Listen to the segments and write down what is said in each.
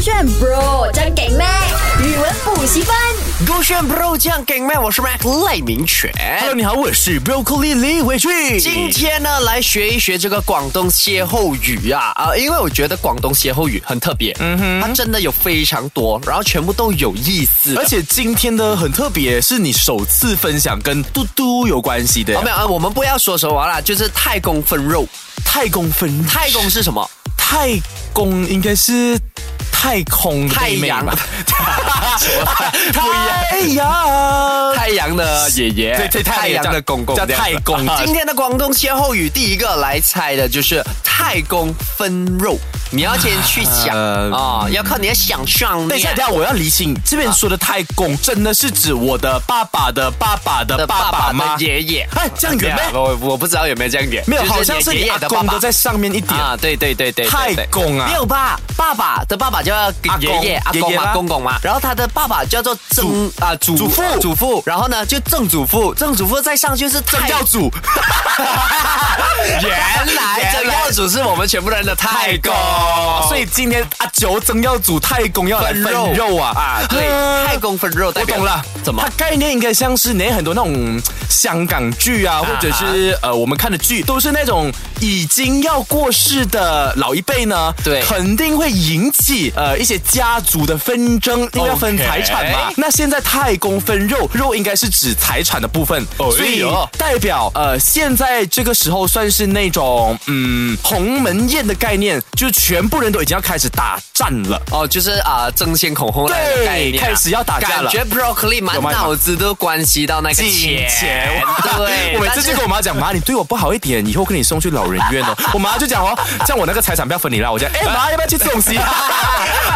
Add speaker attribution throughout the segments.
Speaker 1: 炫 Bro 真给力，语文补习班。
Speaker 2: 勾选 Bro 酱给麦，我是 Mac 赖明全。
Speaker 3: Hello，你好，我是 Broccoli 李伟俊。
Speaker 2: 今天呢，来学一学这个广东歇后语啊啊！因为我觉得广东歇后语很特别，嗯哼，它真的有非常多，然后全部都有意思的。
Speaker 3: 而且今天的很特别，是你首次分享跟嘟嘟有关系的
Speaker 2: 哦，没有啊，我们不要说什么啦，就是太公分肉。
Speaker 3: 太空分
Speaker 2: 太公是什么？
Speaker 3: 太空应该是太空的
Speaker 2: 太
Speaker 3: 妹妹
Speaker 2: 阳
Speaker 3: 吧？
Speaker 2: 太
Speaker 3: 太阳
Speaker 2: 太阳的爷爷，
Speaker 3: 对对太阳
Speaker 2: 的公公
Speaker 3: 叫
Speaker 2: 这样子
Speaker 3: 太公
Speaker 2: 啊今天的广东歇后语第一个来猜的就是太公分肉，你要先去想
Speaker 3: 呃
Speaker 2: 啊，要靠你的想象力啊。
Speaker 3: 等一下，等一下，我要理清，这边说的太公真的是指我的爸爸的爸爸的
Speaker 2: 的
Speaker 3: 爸
Speaker 2: 爸
Speaker 3: 爸
Speaker 2: 爸
Speaker 3: 吗
Speaker 2: 的？爷爷。
Speaker 3: 哎，这样有
Speaker 2: 对啊
Speaker 3: 没？
Speaker 2: 我我不知道有没有这样演，
Speaker 3: 没有，
Speaker 2: 就
Speaker 3: 好像是
Speaker 2: 爷
Speaker 3: 你
Speaker 2: 爷
Speaker 3: 阿
Speaker 2: 的爸
Speaker 3: 公
Speaker 2: 爸
Speaker 3: 都在上面一点。
Speaker 2: 啊，对对对对，对
Speaker 3: 太
Speaker 2: 对
Speaker 3: 公啊
Speaker 2: 没有吧？爸爸的爸爸叫
Speaker 3: 阿公
Speaker 2: 爷爷，阿
Speaker 3: 爷
Speaker 2: 公
Speaker 3: 爷啦
Speaker 2: 嘛，公公嘛。然后他的爸爸叫做曾啊祖
Speaker 3: 祖父
Speaker 2: 祖父。然后呢，就曾祖父，曾祖父再上就是
Speaker 3: 正
Speaker 2: 太
Speaker 3: 教主，
Speaker 2: 原来
Speaker 3: 原来
Speaker 2: 曾耀祖是我们全部人的太公，哦
Speaker 3: 所以今天阿九曾耀祖太公要来分
Speaker 2: 分
Speaker 3: 肉啊
Speaker 2: 啊，对，太公分肉代
Speaker 3: 我
Speaker 2: 表
Speaker 3: 懂了，
Speaker 2: 怎么
Speaker 3: 它？概念应该像是你很多那种嗯香港剧啊，或者是呃我们看的剧，都是那种已经要过世的老一辈呢，
Speaker 2: 对
Speaker 3: 肯定会引起呃一些家族的纷争，因为要分
Speaker 2: OK
Speaker 3: 财产嘛。那现在太公分肉，肉应该是指财产的部分，
Speaker 2: 哦
Speaker 3: 所以
Speaker 2: 哎呦
Speaker 3: 代表呃现在这个时候算是那种嗯鸿门宴的概念，就是全部人都已经要开始打战了。
Speaker 2: 哦，就是啊，争先恐后那个
Speaker 3: 对
Speaker 2: 概念啊，
Speaker 3: 开始要打架了
Speaker 2: 感觉 broccoli 满
Speaker 3: 有卖吗
Speaker 2: 脑子都关系到那个
Speaker 3: 金
Speaker 2: 钱，
Speaker 3: 钱
Speaker 2: 对，
Speaker 3: 我每
Speaker 2: 但
Speaker 3: 次
Speaker 2: 是
Speaker 3: 就跟我妈讲，妈，你对我不好一点，以后跟你送去老人院哦。我妈就讲哦，像我那个财产不要分你啦，我讲，哎妈，要不要去吃东西啊？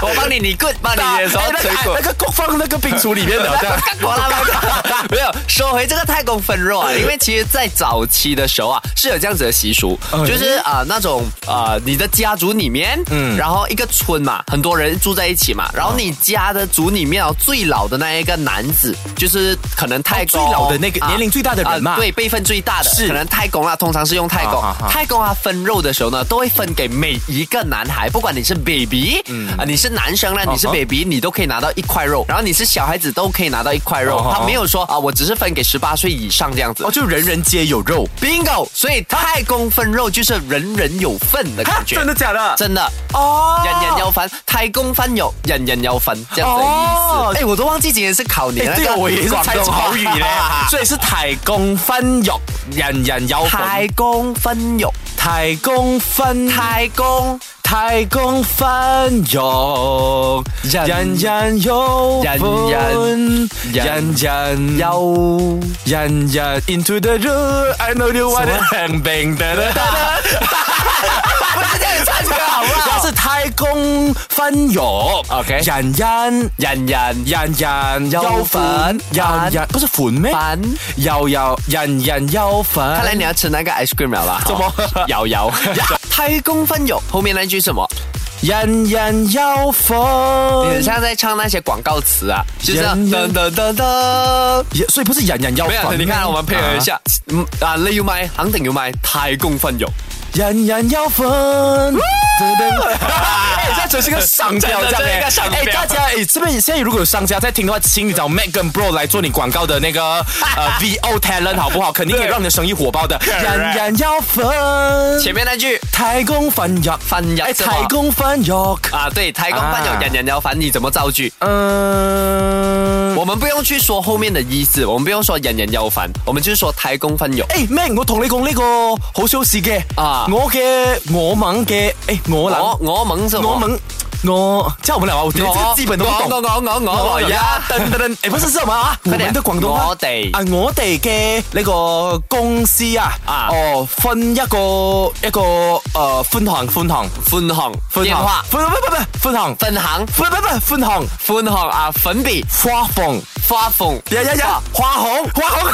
Speaker 2: 我帮你，你 good，帮你
Speaker 3: 哎
Speaker 2: 的时候
Speaker 3: 那个
Speaker 2: 水果
Speaker 3: 那。个锅放那个冰橱里面 的，这样。
Speaker 2: 我啦没有说回这个太公分肉啊，因为其实，在早期的时候啊，是有这样子的习俗，
Speaker 3: 哎
Speaker 2: 就是啊、那种啊、你的家族里面，嗯，然后一个村嘛，很多人住在一起嘛，然后你家的族里面哦，最老的那一个男子，就是可能太公、啊
Speaker 3: 哦最老的那个年龄最大的人嘛
Speaker 2: 啊对，辈分最大的，
Speaker 3: 是
Speaker 2: 可能太公啊，通常是用太公，
Speaker 3: 啊啊啊
Speaker 2: 太公啊分肉的时候呢，都会分给每一个男孩，不管你是 baby，啊你是男生呢，你是
Speaker 3: 嗯啊哈
Speaker 2: baby，你都可以拿到一块肉，然后你是小孩子都可以拿到一块肉，
Speaker 3: 啊哈
Speaker 2: 他没有说啊，我只是分给十八岁以上这样子
Speaker 3: 哦，。就人人皆有肉，
Speaker 2: bingo，所以太公分肉就是人人有份的
Speaker 3: 哈
Speaker 2: 感觉，
Speaker 3: 真的假的？
Speaker 2: 真的。
Speaker 3: 哦
Speaker 2: 人人有份，太公分肉，人人有份，这样子的意
Speaker 3: 哦
Speaker 2: 思。哎，我都忘记今天是考你
Speaker 3: 哎
Speaker 2: 那
Speaker 3: 对
Speaker 2: 个
Speaker 3: 哦，我也是
Speaker 2: 广
Speaker 3: 猜
Speaker 2: 东话
Speaker 3: 潮 语嘞，所以是太公分肉，人人有份。
Speaker 2: 太公分 肉，
Speaker 3: 太公分
Speaker 2: 太公。
Speaker 3: 太公分肉，
Speaker 2: 人
Speaker 3: 人人有
Speaker 2: 人
Speaker 3: 份
Speaker 2: 人，
Speaker 3: 人人
Speaker 2: 有
Speaker 3: 人人 into the room，I know you want it，很冰的的。
Speaker 2: 不是这样唱歌好不
Speaker 3: 它
Speaker 2: 好？
Speaker 3: 是太公分肉
Speaker 2: OK
Speaker 3: 人人
Speaker 2: 人人
Speaker 3: 人人有
Speaker 2: 有
Speaker 3: 份
Speaker 2: 份，
Speaker 3: 人人不是份咩？
Speaker 2: 烦，
Speaker 3: 有有人人有份。
Speaker 2: 看来你要吃那个 ice cream 了吧？
Speaker 3: 怎么
Speaker 2: 瑶瑶，太公分友后面那句什么？
Speaker 3: 人人有份？
Speaker 2: 你很像在唱那些广告词啊，就是那
Speaker 3: 人人
Speaker 2: 噔噔噔噔。
Speaker 3: 也所以不是人人有
Speaker 2: 没有，
Speaker 3: 份。
Speaker 2: 你看我们配合一下，嗯啊，你要买，肯定要买太公分友。
Speaker 3: 人人有份。噔 噔哎，这只是个商标，
Speaker 2: 真的
Speaker 3: 这样
Speaker 2: 这是一个商标
Speaker 3: 哎，大家哎，这边现在如果有商家在听的话，请你找 Mac 跟 Bro 来做你广告的 那个呃 VO talent 好不好？肯定可以让你的生意火爆的。人人有份。
Speaker 2: 前面那句
Speaker 3: 太公分肉，
Speaker 2: 分友
Speaker 3: 哎，
Speaker 2: 是吗
Speaker 3: 太公分肉，
Speaker 2: 啊，对，太公分
Speaker 3: 啊
Speaker 2: 友人人要烦，你怎么造句？
Speaker 3: 嗯。
Speaker 2: 我们不用去说后面的意思，我们不用说人人要烦，我们就是说太公分友。
Speaker 3: 诶咩？我同你講呢個好小事嘅，
Speaker 2: 啊
Speaker 3: 我嘅我猛嘅，诶我能
Speaker 2: 我我猛是吗
Speaker 3: 我猛我，即係我們嚟話，我哋
Speaker 2: 我
Speaker 3: 基本都懂。
Speaker 2: 我我我我我呀，
Speaker 3: 噔噔噔，诶不是是嘛啊？我
Speaker 2: 快點
Speaker 3: 們的廣東話
Speaker 2: 我哋
Speaker 3: 啊，我哋嘅呢個公司啊，
Speaker 2: 啊
Speaker 3: 哦分一個一個诶分行分行
Speaker 2: 分行
Speaker 3: 分
Speaker 2: 电
Speaker 3: 行
Speaker 2: 话，
Speaker 3: 分不不不分行
Speaker 2: 分行
Speaker 3: 不不不分行
Speaker 2: 分行啊，粉笔
Speaker 3: 花紅。
Speaker 2: 花粉，
Speaker 3: 呀呀
Speaker 2: 啊
Speaker 3: 呀！花紅，花紅，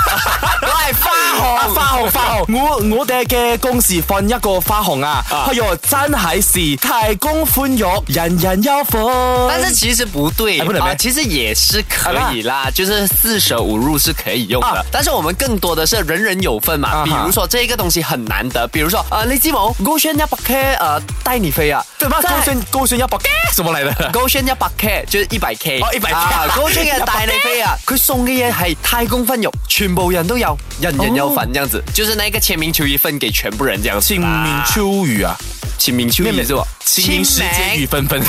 Speaker 2: 来花
Speaker 3: 啊
Speaker 2: 紅
Speaker 3: 花紅，花紅。我我哋嘅公事瞓一個花紅啊，
Speaker 2: 啊
Speaker 3: 哎呦，真係是太公歡浴，人然要疯。
Speaker 2: 但是其实不对啊
Speaker 3: 哎不能咩哎
Speaker 2: 其实也是可以啦，就是四舍五入是可以用的。
Speaker 3: 啊
Speaker 2: 但是我们更多的是人人有份嘛，
Speaker 3: 啊哈
Speaker 2: 比如说这个东西很难得，比如说呃，雷基谋勾选要 b u 呃带你飞啊，
Speaker 3: 对吧？
Speaker 2: 在
Speaker 3: 勾选勾选要把什么来 的？
Speaker 2: 勾选一百 K 就是一百 K，
Speaker 3: 哦100K
Speaker 2: 啊勾選嘅大你飛啊，佢送嘅嘢係太公分肉，全部人都有，人人有
Speaker 3: 哦
Speaker 2: 份，這樣子，就是那個簽名球衣分給全部人這樣子
Speaker 3: 清明
Speaker 2: 啦。
Speaker 3: 秋雨啊，
Speaker 2: 簽名球衣是吧？
Speaker 3: 清明时节雨纷纷。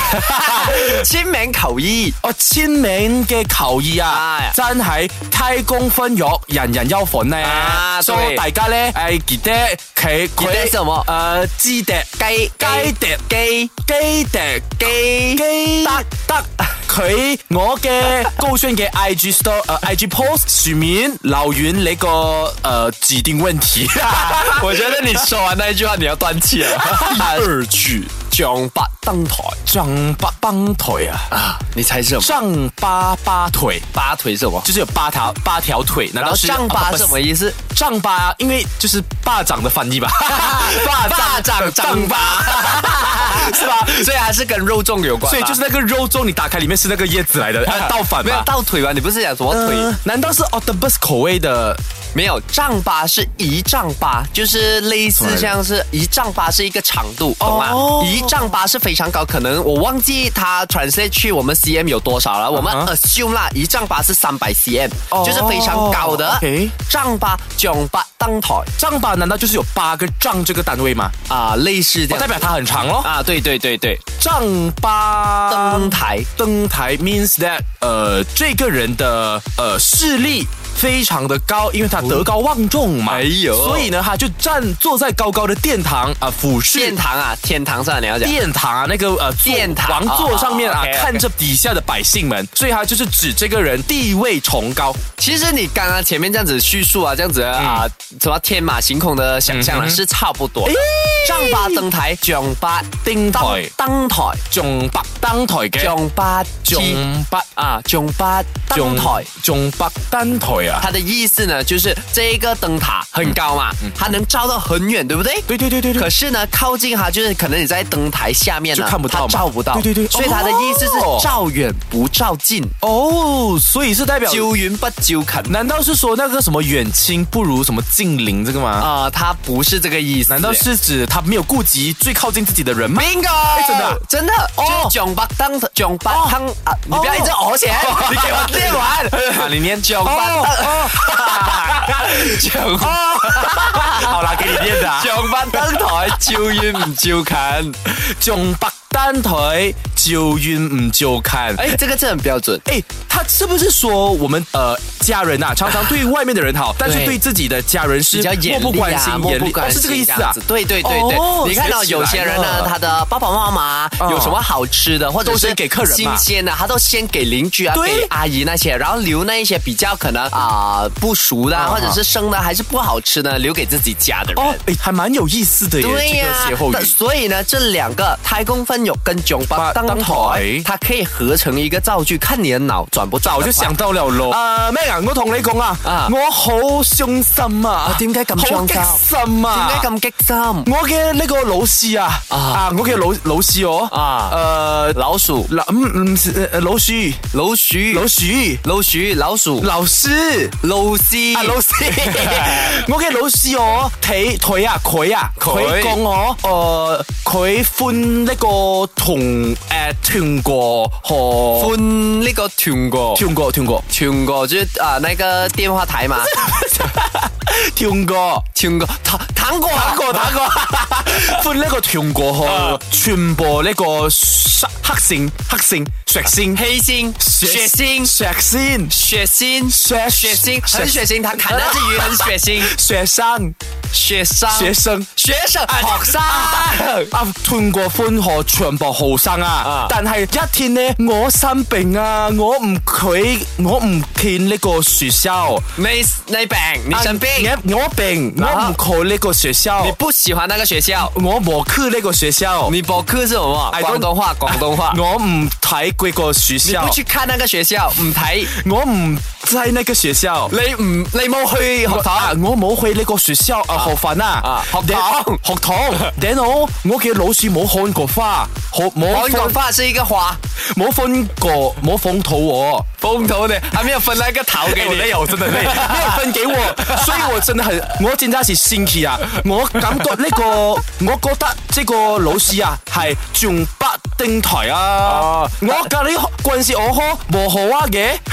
Speaker 2: 簽名 球衣。
Speaker 3: 哦，清明嘅球衣啊
Speaker 2: 啊，
Speaker 3: 真係開工分肉，人人有份咧
Speaker 2: 啊，
Speaker 3: 所以
Speaker 2: 對
Speaker 3: 大家咧，誒記得佢
Speaker 2: 記得什麼
Speaker 3: 誒雞笛、
Speaker 2: 雞
Speaker 3: 雞笛、
Speaker 2: 雞
Speaker 3: 雞笛、
Speaker 2: 雞
Speaker 3: 雞得得。佢我嘅高宣嘅 IG store 誒、IG 呃 post 上面留言你個誒、呃、指定問題，
Speaker 2: 我覺得你說完那一句話，你要斷氣了。
Speaker 3: 二句
Speaker 2: 丈八登台
Speaker 3: 丈八崩腿啊，
Speaker 2: 啊， 你猜是什麼？
Speaker 3: 丈八八腿。
Speaker 2: 八腿是什麼？
Speaker 3: 就是有八条八条腿，难
Speaker 2: 然
Speaker 3: 道
Speaker 2: 後
Speaker 3: 是
Speaker 2: 丈八啊是什
Speaker 3: 么？
Speaker 2: 麼意思？
Speaker 3: 丈八，因为就是巴掌的翻译 吧，
Speaker 2: 巴掌丈八， 是吧？所以还是跟肉粽有關吧。
Speaker 3: 所以就是那个肉粽，你打开里面是那个椰子来 的，啊倒反
Speaker 2: 没有
Speaker 3: 吧？
Speaker 2: 倒腿吧？你不是讲什么腿？
Speaker 3: 呃难道是 octopus 口味的？
Speaker 2: 没有，丈八是一丈八，就是类似像是一丈八是一个长度，懂吗？
Speaker 3: 哦
Speaker 2: 一丈八是非常高，可能我忘记它 translate 去我们 cm 有多少了。我们
Speaker 3: 啊哈
Speaker 2: assume 啦，一丈八是三百 cm，、
Speaker 3: 哦
Speaker 2: 就是非常高的。
Speaker 3: OK
Speaker 2: 丈八、丈八当台
Speaker 3: 丈八难道就是有八个丈这个单位吗？
Speaker 2: 啊、类似这样
Speaker 3: 我哦代。表它很长咯。
Speaker 2: 啊，对对对对，
Speaker 3: 丈八
Speaker 2: 登台
Speaker 3: 登台 means that 呃这个人的呃视力。非常的高，因为他德高望重嘛，
Speaker 2: 哎呦
Speaker 3: 所以呢，他就站坐在高高的殿堂啊、俯视
Speaker 2: 殿堂啊，天堂上你要讲。
Speaker 3: 殿堂啊，那个呃座
Speaker 2: 殿堂
Speaker 3: 王座上面
Speaker 2: 哦
Speaker 3: 啊，
Speaker 2: ，OK，OK
Speaker 3: 看着底下的百姓们，所以他就是指这个人地位崇高。
Speaker 2: 其实你刚刚前面这样子叙述啊，这样子啊、什么天马行空的想象啊，
Speaker 3: 嗯嗯哼
Speaker 2: 是差不多的。丈八登台，丈八
Speaker 3: 登台
Speaker 2: 登登台，
Speaker 3: 仲北登台嘅，
Speaker 2: 丈八
Speaker 3: 仲
Speaker 2: 鸡
Speaker 3: 北
Speaker 2: 啊，丈八登
Speaker 3: 仲
Speaker 2: 台。
Speaker 3: 仲北登台啊！
Speaker 2: 它的意思呢，就是这一个灯塔很高嘛，它能照到很远，对不对？
Speaker 3: 嗯对对对对对
Speaker 2: 可，是呢，靠近它就是可能你在灯台下面呢，
Speaker 3: 就看不到嘛
Speaker 2: 它照不到。
Speaker 3: 对对对
Speaker 2: 所以它的意思是
Speaker 3: 哦
Speaker 2: 照远不照近，
Speaker 3: 哦，所以是代表，
Speaker 2: 究云不究肯。
Speaker 3: 难道是说那个什么远亲不如什么近邻这个吗？
Speaker 2: 啊、它不是这个意思。
Speaker 3: 难道是指他没有顾及最靠近自己的人吗？
Speaker 2: bingo？
Speaker 3: 真的啊
Speaker 2: 真的哦，囧八当囧八当啊！你不要一直哦 起来，你给我念完。 啊，你念囧八
Speaker 3: 哦
Speaker 2: 当囧
Speaker 3: 好啦，给你念的、啊。
Speaker 2: 囧八登台，照远唔照近。
Speaker 3: 仲北登台，照远唔照近。
Speaker 2: 哎，这个字很标准。
Speaker 3: 哎，他是不是说我们呃家人呐、啊，常常对外面的人好，但是对自己的家人是
Speaker 2: 比较严厉啊，
Speaker 3: 漠不关心、
Speaker 2: 漠不
Speaker 3: 厉哦
Speaker 2: 关
Speaker 3: 是
Speaker 2: 心
Speaker 3: 这个意思
Speaker 2: 样
Speaker 3: 啊
Speaker 2: 子？对对对对，
Speaker 3: 哦
Speaker 2: 你看到
Speaker 3: 学起来
Speaker 2: 有些人呢
Speaker 3: 了，
Speaker 2: 他的爸爸妈妈
Speaker 3: 嗯
Speaker 2: 有什么好吃的，或者
Speaker 3: 都
Speaker 2: 是
Speaker 3: 先给客人
Speaker 2: 新
Speaker 3: 嘛
Speaker 2: 鲜的，他都先给邻居啊，
Speaker 3: 对
Speaker 2: 给阿姨那些，然后留那一些比较可能啊、不熟的，
Speaker 3: 嗯
Speaker 2: 或者是生的还是不好吃的，留给自己家的人。
Speaker 3: 哦，哎，还蛮有意思的耶，
Speaker 2: 对呀、
Speaker 3: 这个歇后
Speaker 2: 但
Speaker 3: 语。
Speaker 2: 所以呢，这两个太公分肉跟囧巴
Speaker 3: 当
Speaker 2: 当
Speaker 3: 台
Speaker 2: 台，它可以合成一个造句，看你的脑转不转。
Speaker 3: 我就想到了咯，啊咩啊，我同你講啊，
Speaker 2: 啊
Speaker 3: 我好傷心啊，
Speaker 2: 點解咁
Speaker 3: 好
Speaker 2: 傷
Speaker 3: 激
Speaker 2: 心
Speaker 3: 心啊，
Speaker 2: 點解咁激心？
Speaker 3: 我嘅呢個老師啊，
Speaker 2: 啊
Speaker 3: 啊，我嘅老老師哦，
Speaker 2: 啊
Speaker 3: 呃，
Speaker 2: 老鼠，
Speaker 3: 老嗯嗯是呃老鼠，
Speaker 2: 老鼠，
Speaker 3: 老鼠，
Speaker 2: 老鼠，老鼠，
Speaker 3: 老師。
Speaker 2: 老师，
Speaker 3: 啊老 師，我嘅老師我睇佢啊佢啊
Speaker 2: 佢
Speaker 3: 佢講我誒佢歡呃呢個同誒團過哦河
Speaker 2: 分那个听过，
Speaker 3: 團過團過
Speaker 2: 听过就是啊、那个电话台嘛，
Speaker 3: 團過
Speaker 2: 听过糖糖果
Speaker 3: 打過打過，歡呢個團過河傳播呢個黑線黑線石線
Speaker 2: 黑心血腥
Speaker 3: 石線
Speaker 2: 血腥
Speaker 3: 血
Speaker 2: 血腥很血腥，他砍那只鱼很血腥，
Speaker 3: 學生
Speaker 2: 血啊生
Speaker 3: 學生。
Speaker 2: 学生学生。
Speaker 3: 啊，斷過歡賀全部後生啊
Speaker 2: 啊！
Speaker 3: 但係一天呢，我生病啊，我唔佢，我唔見呢個學校。
Speaker 2: 你你病，你生病，
Speaker 3: 啊我我病，我唔
Speaker 2: 啊
Speaker 3: 去呢個學校
Speaker 2: 你，不喜欢那个学校，
Speaker 3: 我冇去呢個學校，
Speaker 2: 你博客是什么？
Speaker 3: I don't-
Speaker 2: 广东话，广东 话，
Speaker 3: 我唔睇嗰個學
Speaker 2: 你
Speaker 3: 校
Speaker 2: 不，去看那个学校，唔睇，
Speaker 3: 我唔在呢個學校。
Speaker 2: 你唔你冇去学
Speaker 3: 啊
Speaker 2: 堂，
Speaker 3: 我冇去呢個學校啊，學瞓啊
Speaker 2: 啊，學堂
Speaker 3: 學堂。然後我嘅老鼠冇看過花，學冇
Speaker 2: 我头
Speaker 3: 瞓
Speaker 2: 发是一个花，
Speaker 3: 冇瞓過冇放肚 我。
Speaker 2: 风头的还没有分那个头给你，
Speaker 3: 哎有真的累，没有分給我，所以我真的很，我真的是生氣啊！我感覺呢、個， 我覺得呢個老師啊係仲不丁台啊！我教你棍是我呵，冇好啊嘅。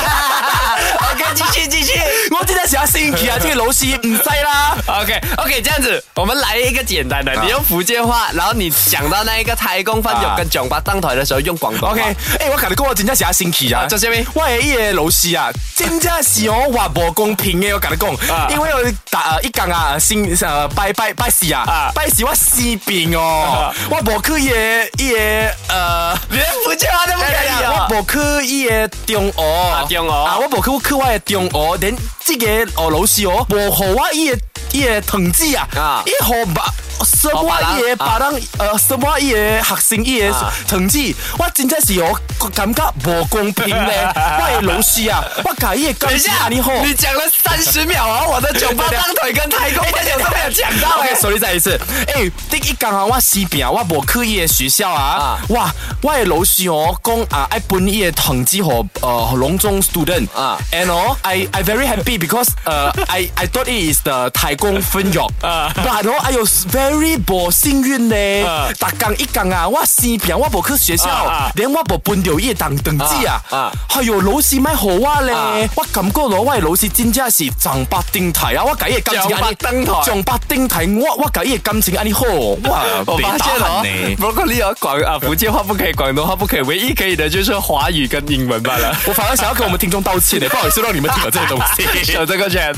Speaker 2: OK，继续继续。
Speaker 3: 我真的想要生 氣啊！呢個老師唔使啦。
Speaker 2: OK OK，这样子，我们来一个简单的，你用福建话，然后你讲到那一个太公饭
Speaker 3: 啊
Speaker 2: 有跟囧巴登台的时候用广东话
Speaker 3: OK，。诶、我同你講，我真正是阿星期啊，
Speaker 2: 啊做咩
Speaker 3: 喂，呢個老師啊，真正是我話無公平嘅，我同你講，
Speaker 2: 啊
Speaker 3: 因為我打一間啊，先誒拜拜拜四啊
Speaker 2: 啊，
Speaker 3: 拜四我四遍哦，我無去嘅呢個誒。
Speaker 2: 连福建话都不可以啊！
Speaker 3: 哎我無去伊個中學，啊
Speaker 2: 中學
Speaker 3: 啊，我無去去我嘅中學，等即個哦老師哦，無互我伊個伊個藤子啊
Speaker 2: 啊，
Speaker 3: 伊互把什
Speaker 2: 學
Speaker 3: 麼
Speaker 2: 別人
Speaker 3: 伊個把人呃什麼伊個學生伊個
Speaker 2: 啊
Speaker 3: 藤子，我真正是我感覺無公平咧，我嘅老師啊，我教伊個
Speaker 2: 等一
Speaker 3: 金
Speaker 2: 下，
Speaker 3: 啊，你好。
Speaker 2: 你讲了三十秒啊！我的囧巴当腿跟太公饭有都没有讲到 哎
Speaker 3: OK，。手再一次。诶、第一讲啊，我西边啊，我无去伊个学校啊，
Speaker 2: 啊
Speaker 3: 哇，我的老师哦讲啊，爱本伊个成绩和呃隆重 student 啊
Speaker 2: 啊
Speaker 3: ，and 哦，I I very happy because 呃 I I thought it is the 太公分肉
Speaker 2: 啊
Speaker 3: ，but 哦，I was very 不幸运咧，逐工一讲啊，我西边我无去学
Speaker 2: 啊
Speaker 3: 校
Speaker 2: 啊，
Speaker 3: 连我无搬到伊个当凳子啊
Speaker 2: 啊啊，
Speaker 3: 哎哟，老师咪好我咧
Speaker 2: 啊，
Speaker 3: 我感觉到我的老师真正是上百顶台啊，我计个
Speaker 2: 上百登台
Speaker 3: 上八丁睇我，我搞嘢感情啊你好，哇，
Speaker 2: 我发现哦
Speaker 3: 你。
Speaker 2: ，broccoli 哦，广啊福建话不可以，广东话不可以，唯一可以的就是华语跟英文罢了。
Speaker 3: 我反而想要跟我们听众道歉呢，不好意思让你们听到这些东西。
Speaker 2: 有这个圈。